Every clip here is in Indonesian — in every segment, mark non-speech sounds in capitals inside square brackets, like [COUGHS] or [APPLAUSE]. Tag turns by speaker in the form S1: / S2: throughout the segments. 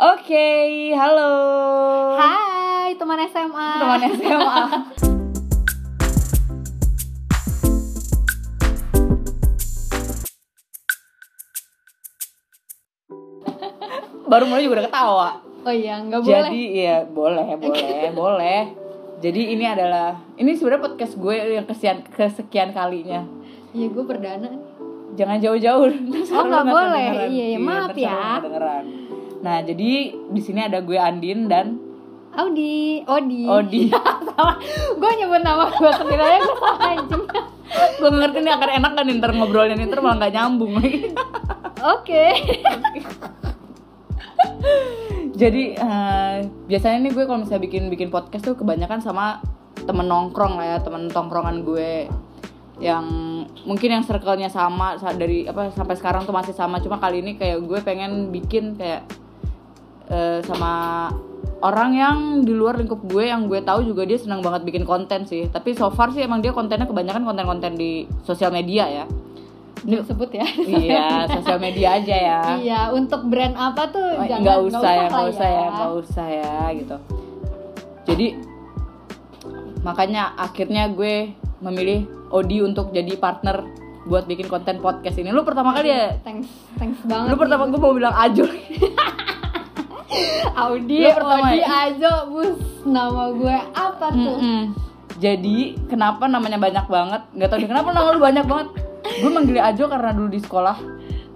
S1: Oke, halo.
S2: Hai teman SMA.
S1: Teman SMA. Baru mulai juga udah ketawa.
S2: [LAUGHS] Oh iya, nggak boleh.
S1: Jadi ya boleh, boleh, boleh. Jadi ini adalah ini sebenarnya podcast gue yang kesekian kesekian kalinya.
S2: Iya gue perdana. nih.
S1: Jangan jauh-jauh. Ntar
S2: Oh,
S1: lu
S2: nggak
S1: akan
S2: boleh.
S1: dengeran.
S2: Iya, iya,
S1: ntar
S2: maaf
S1: seru
S2: ya.
S1: nggak dengeran. Nah, jadi di sini ada gue Andin dan
S2: Audi, Odi.
S1: Odi.
S2: [LAUGHS] gue nyebut nama gue sendiri aja gue salah
S1: [LAUGHS]
S2: anjing.
S1: gue ngerti nih akan enak kan ntar ngobrolnya ntar malah nggak nyambung lagi
S2: Oke.
S1: [LAUGHS] jadi eh, biasanya nih gue kalau misalnya bikin bikin podcast tuh kebanyakan sama temen nongkrong lah ya temen tongkrongan gue yang mungkin yang circle-nya sama sa- dari apa sampai sekarang tuh masih sama cuma kali ini kayak gue pengen bikin kayak eh, sama orang yang di luar lingkup gue yang gue tahu juga dia senang banget bikin konten sih tapi so far sih emang dia kontennya kebanyakan konten-konten di sosial media [LAUGHS] ya
S2: Jangan sebut ya.
S1: iya sosial media aja ya
S2: iya, untuk brand apa tuh
S1: Oh,
S2: jangan
S1: nggak usah, ya
S2: lah
S1: nggak usah ya nggak usah ya gitu jadi makanya akhirnya gue memilih Odi untuk jadi partner buat bikin konten podcast ini lu pertama kali ya
S2: Thanks, thanks
S1: lu
S2: banget.
S1: pertama gue mau bilang ajo
S2: Audi,
S1: Lu pertama
S2: Odi,
S1: ya?
S2: Ajo, bus. Nama gue apa tuh?
S1: Mm-mm. jadi kenapa namanya banyak banget nggak tahu deh kenapa nama lu banyak banget gue manggilnya ajo karena dulu di sekolah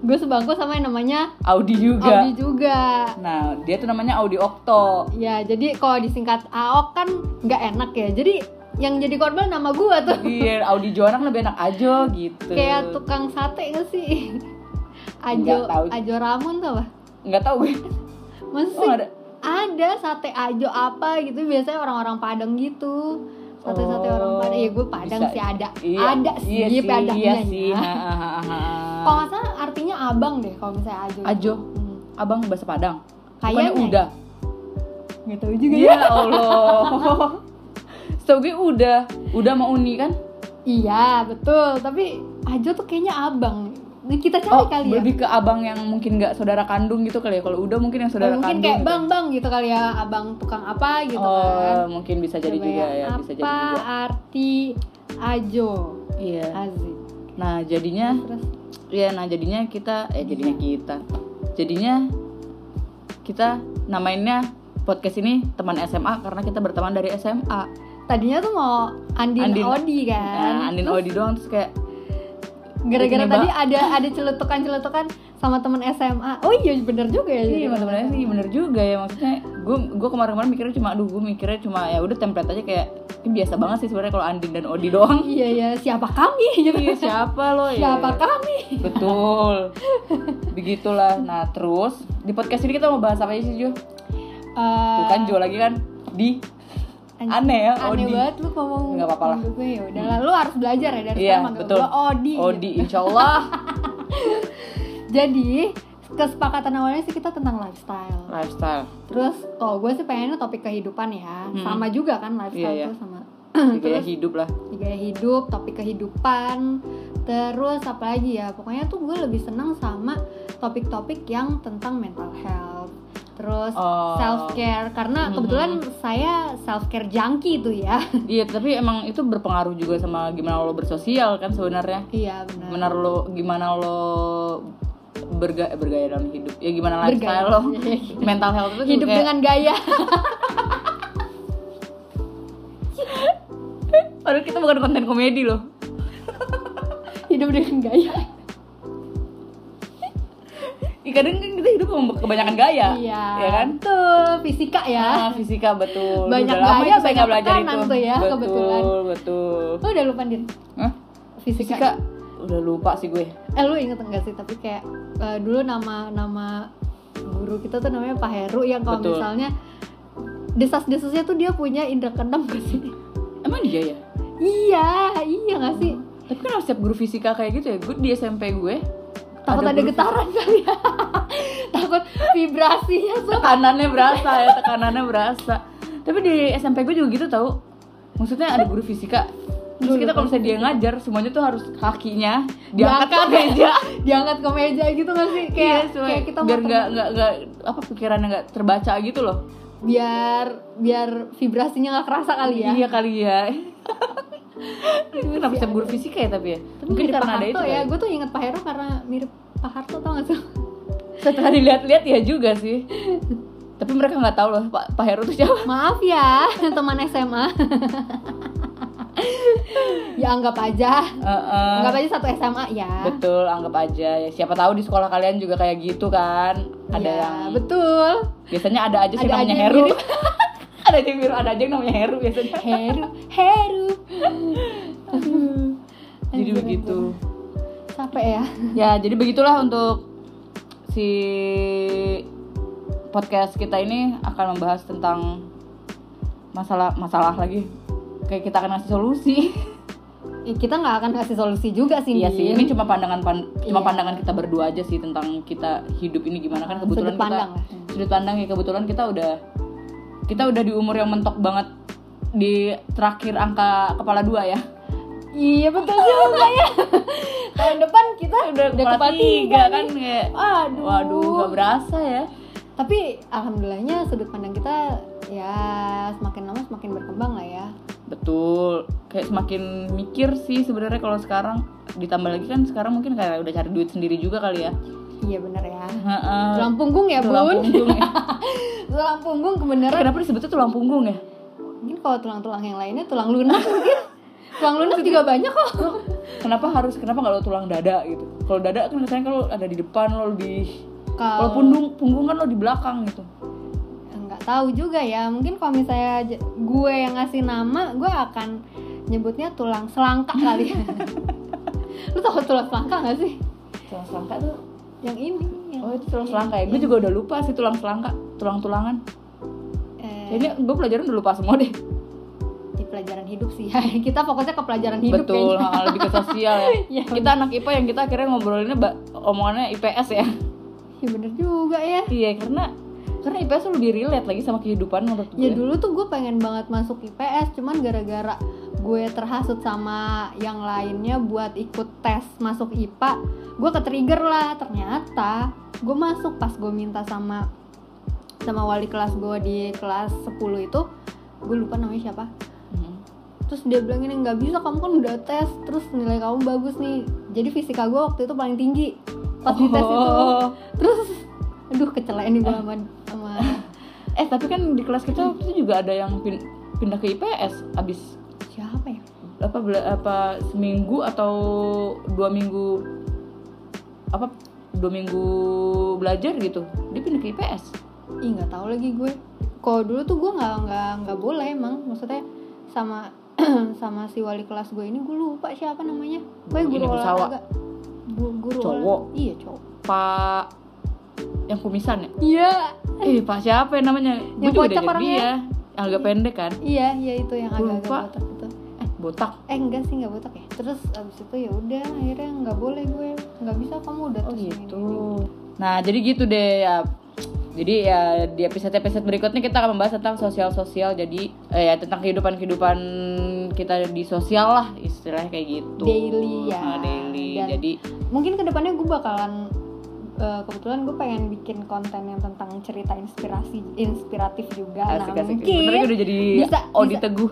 S2: Gue sebangku sama yang namanya
S1: Audi juga
S2: Audi juga.
S1: nah dia tuh namanya Audi Okto
S2: Ya, jadi kalau disingkat AOK kan nggak enak ya. Jadi yang jadi korban nama gua tuh.
S1: Iya, Audi Joana kan lebih enak ajo gitu.
S2: Kayak tukang sate nggak
S1: [LAUGHS]
S2: sih?
S1: Nggak
S2: Ajo,
S1: tahu.
S2: Ajo Ramon tau gak?
S1: nggak tahu gue.
S2: Masih
S1: Oh, ada.
S2: ada sate Ajo apa gitu biasanya orang-orang Padang gitu. Sate-sate orang
S1: Oh,
S2: Padang. Ya gue Padang
S1: bisa.
S2: sih ada.
S1: Iya,
S2: Ada sih,
S1: iya sih,
S2: ada
S1: iya
S2: adanya.
S1: sih. Ha, ha, ha, ha, ha.
S2: Kalau nggak salah artinya abang deh kalau misalnya Ajo.
S1: Ajo,
S2: Hmm.
S1: abang bahasa Padang. Bukannya
S2: Kayaknya.
S1: udah.
S2: Nggak tahu juga ya.
S1: Ya Allah. [LAUGHS] Setahu gue udah, udah mau uni kan?
S2: Iya, betul. Tapi Ajo tuh kayaknya abang. Kita cari
S1: Oh,
S2: kali ya.
S1: lebih ke abang yang mungkin nggak saudara kandung gitu kali ya. Kalau udah mungkin yang saudara
S2: mungkin
S1: kandung.
S2: kayak
S1: gitu.
S2: bang bang gitu kali ya abang tukang apa gitu
S1: Oh,
S2: kan
S1: mungkin bisa jadi
S2: Coba
S1: juga
S2: yang
S1: ya,
S2: apa
S1: bisa jadi juga.
S2: arti ajo
S1: Iya.
S2: azik
S1: Nah, jadinya
S2: terus
S1: ya nah jadinya kita eh jadinya kita jadinya kita namainnya podcast ini teman SMA karena kita berteman dari SMA
S2: tadinya tuh mau Andin,
S1: Andin.
S2: Odi kan
S1: nah, Andin Odi doang terus kayak
S2: gara-gara
S1: Ini,
S2: tadi ada ada celutukan celutukan sama temen SMA oh iya bener juga ya
S1: iya
S2: jadi
S1: teman-temannya sih bener juga ya maksudnya gue gue kemarin-kemarin mikirnya cuma aduh gue mikirnya cuma ya udah template aja kayak ini biasa banget sih sebenarnya kalau Andin dan Odi doang
S2: iya iya siapa kami gitu
S1: [LAUGHS] Iya, siapa lo ya
S2: siapa kami
S1: betul begitulah nah terus di podcast ini kita mau bahas apa aja sih Jo
S2: Eh,
S1: Tuh kan Jo lagi kan di
S2: anjing,
S1: aneh ya
S2: aneh
S1: Odi
S2: banget lu ngomong
S1: Nggak apa-apa lah. Hmm.
S2: manggil gue ya udah lah lu harus belajar ya dari
S1: Iya,
S2: sekarang manggil
S1: betul.
S2: gue Odi gitu.
S1: Odi insya
S2: [LAUGHS]
S1: Allah
S2: Jadi kesepakatan awalnya sih kita tentang lifestyle.
S1: lifestyle
S2: Terus kalau gue sih pengennya topik kehidupan ya,
S1: Mm-mm.
S2: sama juga kan lifestyle
S1: Hmm. Iya, iya.
S2: tuh sama
S1: gaya hidup lah
S2: gaya hidup, topik kehidupan. Terus apa lagi ya? Pokoknya tuh gue lebih seneng sama topik-topik yang tentang mental health. Terus
S1: Oh. Hmm.
S2: self care karena kebetulan saya self care junkie tuh ya. [LAUGHS]
S1: iya tapi emang itu berpengaruh juga sama gimana lo bersosial kan sebenarnya
S2: iya benar.
S1: benar lo gimana lo berga bergaya dalam hidup ya gimana
S2: Bergaya. [LAUGHS] Iya,
S1: lifestyle lo mental health itu
S2: Hidup
S1: kayak-
S2: dengan gaya. [LAUGHS]
S1: padahal kita bukan konten komedi loh
S2: hidup dengan gaya.
S1: Ih, kadang kan kita hidup sama kebanyakan gaya
S2: Iya.
S1: ya kan
S2: Tuh fisika
S1: Ah,
S2: ya.
S1: fisika betul Udah
S2: Banyak
S1: lama itu
S2: gaya,
S1: saya
S2: banyak
S1: nggak belajar
S2: tekanan
S1: itu
S2: tuh ya,
S1: betul,
S2: kebetulan.
S1: betul
S2: Lu udah lupa Din?
S1: Hah? Ah. fisika
S2: Fisika.
S1: udah lupa sih gue
S2: Eh lu inget enggak sih tapi kayak eh, dulu nama nama guru kita tuh namanya Pak Heru yang kalau
S1: Betul.
S2: misalnya desas-desusnya tuh dia punya indra keenam gak sih?
S1: emang dia ya
S2: iya, iya gak sih?
S1: tapi kenapa setiap guru fisika kayak gitu ya gue di SMP gue
S2: Takut ada,
S1: guru
S2: getaran kali ya. [LAUGHS] Takut vibrasinya tuh.
S1: tekanannya berasa ya tekanannya berasa tapi di SMP gue juga gitu tau maksudnya ada guru fisika terus
S2: Dulu
S1: kita kalau misalnya dia ngajar semuanya tuh harus kakinya diangkat ke meja
S2: [LAUGHS] diangkat ke meja gitu gak sih? Kayak
S1: Iya, supaya-
S2: kayak kita
S1: biar
S2: mau
S1: nggak nggak nggak apa pikirannya nggak terbaca gitu loh
S2: biar biar vibrasinya nggak kerasa kali ya
S1: iya kali ya [LAUGHS] kenapa bisa guru fisika ya tapi ya
S2: Tapi mirip Pak Harto ya gue tuh inget Pak Hero karena mirip Pak Harto tau gak sih
S1: setelah dilihat-lihat ya juga sih tapi mereka nggak tahu loh pak pak Heru tuh siapa
S2: maaf ya teman SMA ya anggap aja
S1: Heeh.
S2: anggap aja satu SMA ya
S1: betul anggap aja ya siapa tahu di sekolah kalian juga kayak gitu kan ada
S2: Iya,
S1: yang
S2: betul
S1: biasanya ada aja sih
S2: Ada
S1: namanya
S2: aja yang
S1: Heru
S2: mirip.
S1: [LAUGHS] ada aja yang biru ada aja yang namanya Heru biasanya
S2: Heru Heru
S1: jadi begitu
S2: capek ya
S1: ya jadi begitulah untuk si podcast kita ini akan membahas tentang masalah masalah lagi kayak kita akan ngasih solusi [LAUGHS]
S2: Ya, kita nggak akan kasih solusi juga sih
S1: iya
S2: Din.
S1: sih ini cuma pandangan pan- cuma
S2: Iya.
S1: pandangan kita berdua aja sih tentang kita hidup ini gimana kan kebetulan
S2: sudut
S1: kita
S2: pandang lah
S1: sudut pandang ya kebetulan kita udah kita udah di umur yang mentok banget di terakhir angka kepala dua ya
S2: iya betul juga ya tahun depan kita udah, kepala tiga
S1: kan kayak
S2: aduh
S1: waduh gak berasa ya
S2: tapi alhamdulillahnya sudut pandang kita ya semakin lama semakin berkembang lah ya
S1: Betul. Kayak semakin mikir sih sebenarnya kalau sekarang ditambah lagi kan sekarang mungkin kayak udah cari duit sendiri juga kali ya.
S2: iya bener ya
S1: Heeh.
S2: tulang punggung ya
S1: Tulang
S2: bun
S1: punggung
S2: [LAUGHS]
S1: ya.
S2: tulang punggung kebenaran
S1: Kenapa disebutnya tulang punggung ya?
S2: mungkin kalau tulang-tulang yang lainnya tulang lunak mungkin tulang lunak juga banyak kok
S1: Kenapa harus kenapa nggak lo tulang dada gitu? Kalau dada kan katanya kalau ada di depan lo lebih kalau
S2: kalau
S1: punggung punggung kan lo di belakang gitu.
S2: nggak tahu juga ya mungkin kalau misalnya j- gue yang ngasih nama gue akan nyebutnya tulang selangkah
S1: [LAUGHS]
S2: kali ya lu tau tulang selangkah nggak sih
S1: Tulang selangka tuh.
S2: yang ini yang,
S1: Oh, itu tulang selangka ya. Gue juga udah lupa sih tulang selangka, tulang-tulangan.
S2: eh,
S1: Kayaknya gue pelajaran udah lupa semua deh.
S2: di pelajaran hidup sih ya. [LAUGHS] kita fokusnya ke pelajaran hidup
S1: Betul, [LAUGHS]
S2: kayaknya
S1: hal lebih ke sosial ya.
S2: Iya,
S1: kita anak IPA yang kita akhirnya ngobrolinnya ba- omongannya IPS ya.
S2: ya bener juga ya
S1: [LAUGHS] Iya karena karena IPS tuh lebih relate lagi sama kehidupan menurut gue.
S2: Ya dulu tuh gue pengen banget masuk IPS, cuman gara-gara gue terhasut sama yang lainnya buat ikut tes masuk IPA, gue ketrigger lah. Ternyata gue masuk pas gue minta sama sama wali kelas gue di kelas 10 itu, gue lupa namanya siapa.
S1: Mhm.
S2: Terus dia bilang ini nggak bisa, kamu kan udah tes, terus nilai kamu bagus nih. Jadi fisika gue waktu itu paling tinggi pas di tes itu.
S1: Oh.
S2: Terus, aduh kecelain nih gue sama, sama
S1: Eh tapi kan di kelas kita waktu itu juga ada yang pin- pindah ke IPS abis
S2: siapa ya?
S1: apa bela- apa seminggu atau dua minggu apa dua minggu belajar gitu dia pindah ke IPS
S2: Ih nggak tahu lagi gue. Kalau dulu tuh gue nggak nggak nggak boleh emang. Maksudnya sama [CLEARS THROAT] sama si wali kelas gue ini gue lupa siapa namanya. Gue
S1: Ini
S2: guru
S1: pesawat.
S2: olahraga. Bu- guru
S1: Cowok.
S2: olah- Iya cowok.
S1: Pak yang kumisan ya
S2: Iya.
S1: eh Pak siapa yang namanya gue
S2: Yang
S1: juga
S2: kocak
S1: dari
S2: orangnya.
S1: dia agak pendek kan
S2: Iya iya itu yang
S1: Gua
S2: agak-agak
S1: lupa.
S2: botak itu.
S1: eh botak
S2: Eh enggak sih nggak botak ya. Terus abis itu ya udah akhirnya nggak boleh gue. Nggak bisa kamu udah
S1: Oh
S2: tes ini,
S1: gitu.
S2: ini, ini.
S1: Nah jadi gitu deh ya. Jadi ya di episode-episode berikutnya kita akan membahas tentang sosial-sosial. Jadi eh, ya tentang kehidupan-kehidupan kita di sosial lah istilahnya kayak gitu.
S2: Daily ya.
S1: Ah, daily.
S2: Dan-
S1: Jadi
S2: Mungkin kedepannya gue bakalan eh, kebetulan gue pengen bikin konten yang tentang cerita inspirasi inspiratif juga. nah
S1: asik-asik.
S2: mungkin
S1: Sebenarnya udah jadi oh,
S2: Bisa,
S1: Odi
S2: bisa.
S1: Teguh.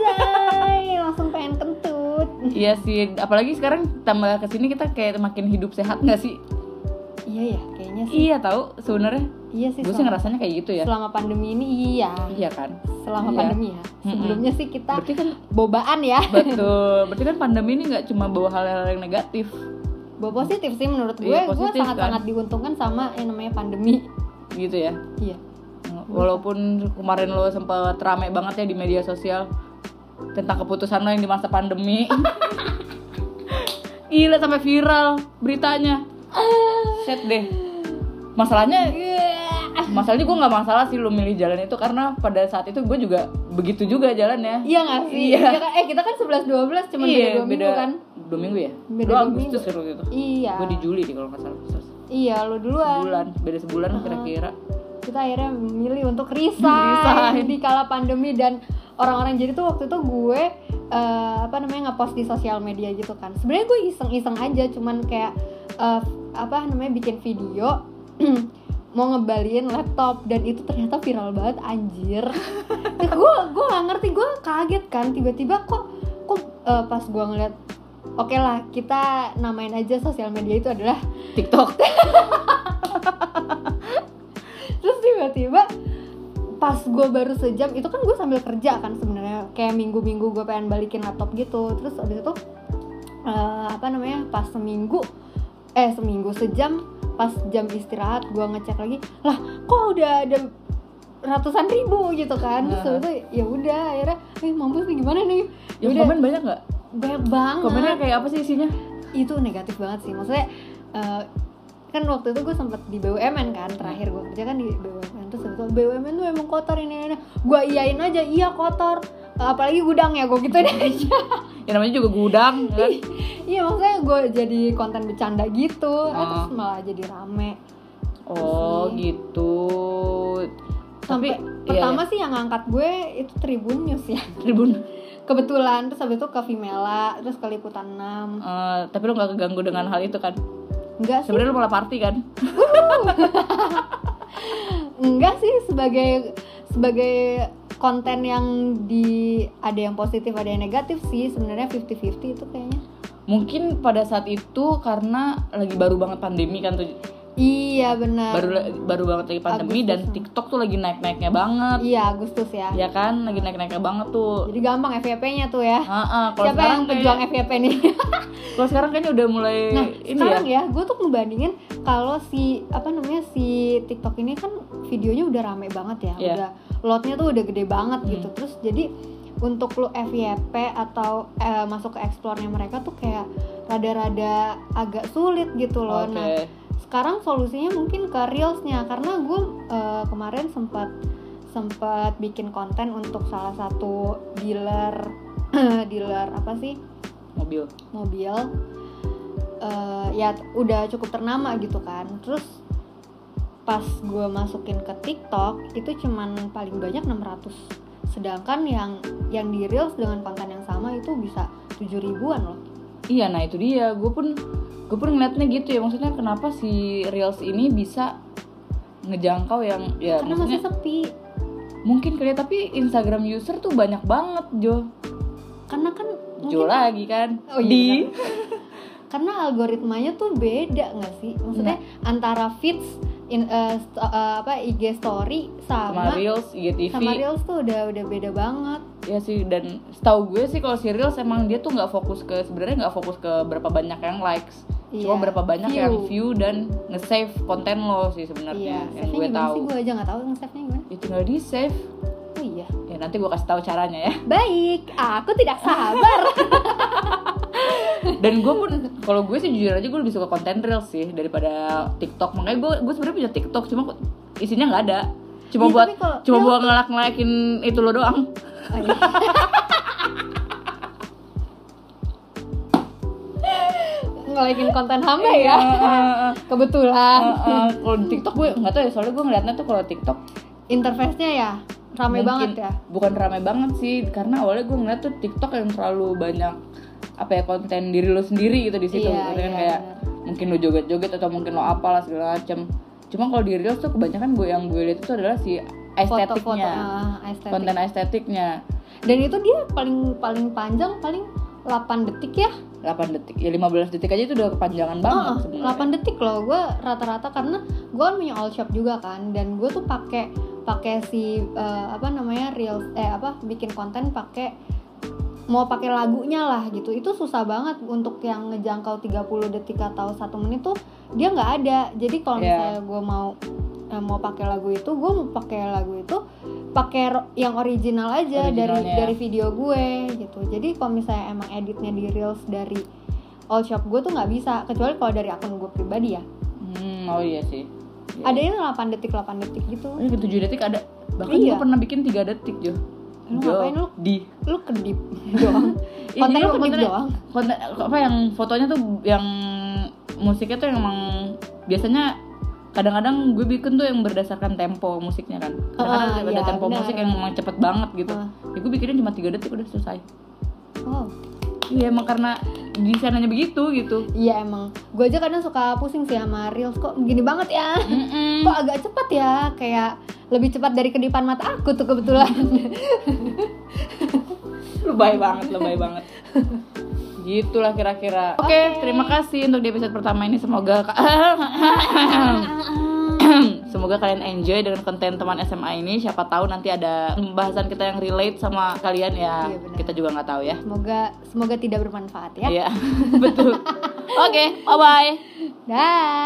S2: Anjay, langsung pengen kentut.
S1: Iya sih. Apalagi sekarang tambah kesini kita kayak makin hidup sehat nggak sih?
S2: Iya ya, kayaknya sih.
S1: Iya tahu sebenarnya.
S2: Iya sih.
S1: Gue sih
S2: selama,
S1: ngerasanya kayak gitu ya.
S2: selama pandemi ini iya.
S1: Iya kan.
S2: Selama
S1: Iya.
S2: pandemi ya. Sebelumnya sih kita
S1: Berarti kan
S2: bobaan ya.
S1: betul. Berarti kan pandemi ini nggak cuma bawa hal-hal yang negatif.
S2: Bawa positif sih menurut gue.
S1: Iya,
S2: gue
S1: positif,
S2: sangat-sangat diuntungkan sama yang namanya pandemi.
S1: gitu ya
S2: Iya.
S1: walaupun kemarin lo sempat rame banget ya di media sosial tentang keputusan lo yang di masa
S2: [LAUGHS]
S1: pandemi gila sampai viral beritanya
S2: Ah.
S1: set deh masalahnya ah, masalahnya gue nggak masalah sih lo milih jalan itu karena pada saat itu gue juga begitu juga jalannya
S2: Iya gak sih?
S1: Iya.
S2: kan? Eh kita kan 11-12 cuman beda 2 minggu kan?
S1: dua minggu ya
S2: Beda
S1: dua
S2: dua
S1: Agustus kan waktu itu
S2: Iya.
S1: gue di Juli nih kalau nggak salah Terus
S2: Iya lu duluan.
S1: sebulan beda sebulan lah kira-kira
S2: kita akhirnya memilih untuk resign,
S1: Resign.
S2: di kala pandemi dan orang-orang jadi tuh waktu itu gue eh, apa namanya ngepost di sosial media gitu kan sebenarnya gue iseng-iseng aja cuman kayak eh, apa namanya bikin video [CLEARS THROAT] mau ngebaliin laptop dan itu ternyata viral banget anjir Ya, gue gue gak ngerti gue kaget kan tiba-tiba kok kok eh, pas gue ngeliat oke lah kita namain aja sosial media itu adalah
S1: TikTok
S2: terus tiba-tiba pas gue baru sejam itu kan gue sambil kerja kan sebenarnya kayak minggu-minggu gue pengen balikin laptop gitu terus abis itu eh, apa namanya pas seminggu eh seminggu sejam pas jam istirahat gue ngecek lagi lah kok udah ada ratusan ribu gitu kan terus
S1: Nah.
S2: abis itu ya udah akhirnya eh mampus nih gimana nih
S1: yang
S2: Yaudah.
S1: komen banyak nggak
S2: banyak banget
S1: Ya, komennya kayak apa sih isinya
S2: itu negatif banget sih maksudnya eh, kan waktu itu gue sempet di BUMN kan terakhir gue kerja kan di BUMN terus sebetulnya BUMN tuh emang kotor ini ini gue iyain aja iya kotor Eh, apalagi gudang ya gue gituin aja
S1: ya namanya juga gudang kan
S2: [LAUGHS] iya maksudnya gue jadi konten bercanda gitu Eh,
S1: Ah.
S2: terus malah jadi rame
S1: oh
S2: Sih.
S1: gitu tapi iya,
S2: sampai pertama sih yang ngangkat gue itu Tribun News ya
S1: tribun
S2: kebetulan terus habis itu ke Vimela terus ke Liputan 6
S1: Eh, tapi lo nggak keganggu dengan hal itu kan
S2: enggak sih
S1: sebenarnya lo malah party kan
S2: enggak sih sebagai sebagai konten yang di ada yang positif ada yang negatif sih sebenarnya 50-50 itu kayaknya
S1: mungkin pada saat itu karena lagi baru banget pandemi kan tuh
S2: iya benar
S1: baru baru banget lagi pandemi dan
S2: Agustusan.
S1: TikTok tuh lagi naik-naiknya banget
S2: ya. iya Agustus ya
S1: ya kan lagi naik-naiknya banget tuh
S2: jadi gampang FYP-nya tuh ya
S1: Ah, ah, kalau
S2: siapa
S1: sekarang
S2: yang pejuang
S1: kayak-
S2: FYP nih [LAUGHS]
S1: kalau sekarang kayaknya udah mulai
S2: nah
S1: ini ya
S2: sekarang ya, gue tuh ngebandingin kalau si apa namanya si TikTok ini kan videonya udah rame banget ya
S1: Iya.
S2: udah lotnya tuh udah gede banget
S1: Hmm.
S2: gitu terus jadi untuk lu FYP atau eh, masuk ke explore-nya mereka tuh kayak rada-rada agak sulit gitu loh
S1: oke
S2: nah sekarang solusinya mungkin ke reelsnya karena gue eh, kemarin sempat sempat bikin konten untuk salah satu dealer [CLEARS THROAT] dealer apa sih
S1: mobil
S2: mobil eh, ya t- udah cukup ternama gitu kan terus pas gue masukin ke TikTok itu cuman paling banyak 600 sedangkan yang yang di reels dengan konten yang sama itu bisa 7 ribuan loh
S1: iya nah itu dia gue pun gue pun ngeliatnya gitu ya maksudnya kenapa si reels ini bisa ngejangkau yang ya
S2: karena
S1: maksudnya
S2: masih sepi
S1: mungkin kali ya, tapi Instagram user tuh banyak banget Jo
S2: karena kan
S1: Jo
S2: mungkin
S1: lagi kan
S2: Oh iya,
S1: di
S2: [LAUGHS] karena algoritmanya tuh beda nggak sih maksudnya
S1: Nah.
S2: antara feeds in eh, st- eh, apa IG story
S1: sama
S2: sama
S1: reels IGTV
S2: sama reels tuh udah udah beda banget
S1: ya sih dan setahu gue sih kalau si Reels emang dia tuh nggak fokus ke sebenarnya nggak fokus ke berapa banyak yang likes cuma
S2: Iya,
S1: berapa banyak
S2: view.
S1: yang view dan nge-save konten lo sih sebenarnya
S2: Iya,
S1: yang
S2: save-nya
S1: gue
S2: gimana
S1: tahu
S2: sih? Gue aja gak tau nge-save-nya gimana
S1: ya tinggal di save
S2: Oh iya
S1: ya nanti gue kasih tahu caranya ya
S2: Baik, aku tidak
S1: [LAUGHS]
S2: sabar
S1: dan gue pun kalau gue sih jujur aja gue lebih suka konten Reels sih daripada TikTok makanya gue gue sebenarnya punya TikTok cuma kok isinya nggak ada cuma
S2: Iya,
S1: buat
S2: tapi kalau
S1: cuma
S2: Reels-
S1: buat ngelak ngelakin itu lo doang
S2: Oh iya. Ngelakin konten hamba ya
S1: Heeh.
S2: Kebetulan
S1: Iya. Heeh. Ah, kalau di TikTok gue nggak tahu ya soalnya gue ngeliatnya tuh kalau TikTok
S2: Interface-nya ya Rame
S1: Mungkin-
S2: banget ya
S1: bukan rame banget sih karena awalnya gue ngeliat tuh TikTok yang terlalu banyak apa ya konten diri lo sendiri gitu di situ gitu
S2: Iya,
S1: kan
S2: iya,
S1: kayak
S2: bener.
S1: mungkin lo joget-joget atau mungkin lo apalah segala macem cuma kalau di reels tuh kebanyakan gue yang gue lihat itu adalah si
S2: Foto-foto
S1: estetiknya
S2: ah, estetik.
S1: konten estetiknya
S2: Dan itu dia paling paling panjang paling 8 detik ya
S1: 8 detik ya 15 detik aja itu udah kepanjangan banget
S2: Heeh,
S1: sebenarnya
S2: 8 detik loh gue rata-rata karena gue kan punya all shop juga kan dan gue tuh pakai pakai si eh, apa namanya reels eh apa bikin konten pakai mau pakai lagunya lah gitu itu susah banget untuk yang ngejangkau 30 detik atau satu menit tuh dia nggak ada jadi kalau
S1: Iya.
S2: misalnya gue mau eh, mau pakai lagu itu gue mau pakai lagu itu pakai ro- yang original aja Iya, dari
S1: Originalnya.
S2: dari video gue gitu jadi kalau misalnya emang editnya di reels dari all shop gue tuh nggak bisa kecuali kalau dari akun gue pribadi ya
S1: hmm, oh iya sih Iya. Hmm.
S2: ada yang 8 detik 8 detik gitu
S1: Ini 7 detik ada bahkan
S2: Iya.
S1: gue pernah bikin 3 detik Jo
S2: Lu
S1: Jo,
S2: ngapain lu?
S1: di
S2: lu kedip [LAUGHS] doang
S1: Iya,
S2: konten
S1: jadi
S2: lu kedip
S1: kontennya-
S2: doang
S1: konten apa yang fotonya tuh yang musiknya tuh emang biasanya kadang-kadang gue bikin tuh yang berdasarkan tempo musiknya kan kadang-kadang
S2: Ah,
S1: ada- ada
S2: iya,
S1: tempo
S2: benar.
S1: musik yang emang cepet banget gitu
S2: Ah. Oh,
S1: ya gue bikinnya cuma tiga detik udah selesai
S2: wow
S1: Iya emang karena desainnya begitu gitu.
S2: Iya emang, gue aja kadang suka pusing sih sama reels kok gini banget ya.
S1: Mm-mm.
S2: Kok agak cepat ya, kayak lebih cepat dari kedipan mata aku tuh kebetulan.
S1: Hmm. Lebay banget,
S2: [LAUGHS]
S1: lebay banget. Gitulah kira-kira. Oke, terima kasih untuk di episode pertama ini. Semoga ka- [COUGHS] semoga kalian enjoy dengan konten teman SMA ini. Siapa tahu nanti ada pembahasan kita yang relate sama kalian ya.
S2: Iya, benar. Ya.
S1: kita juga nggak tahu ya.
S2: semoga
S1: [LAUGHS]
S2: semoga tidak bermanfaat ya.
S1: Iya, betul. Oke, bye bye.
S2: Dah.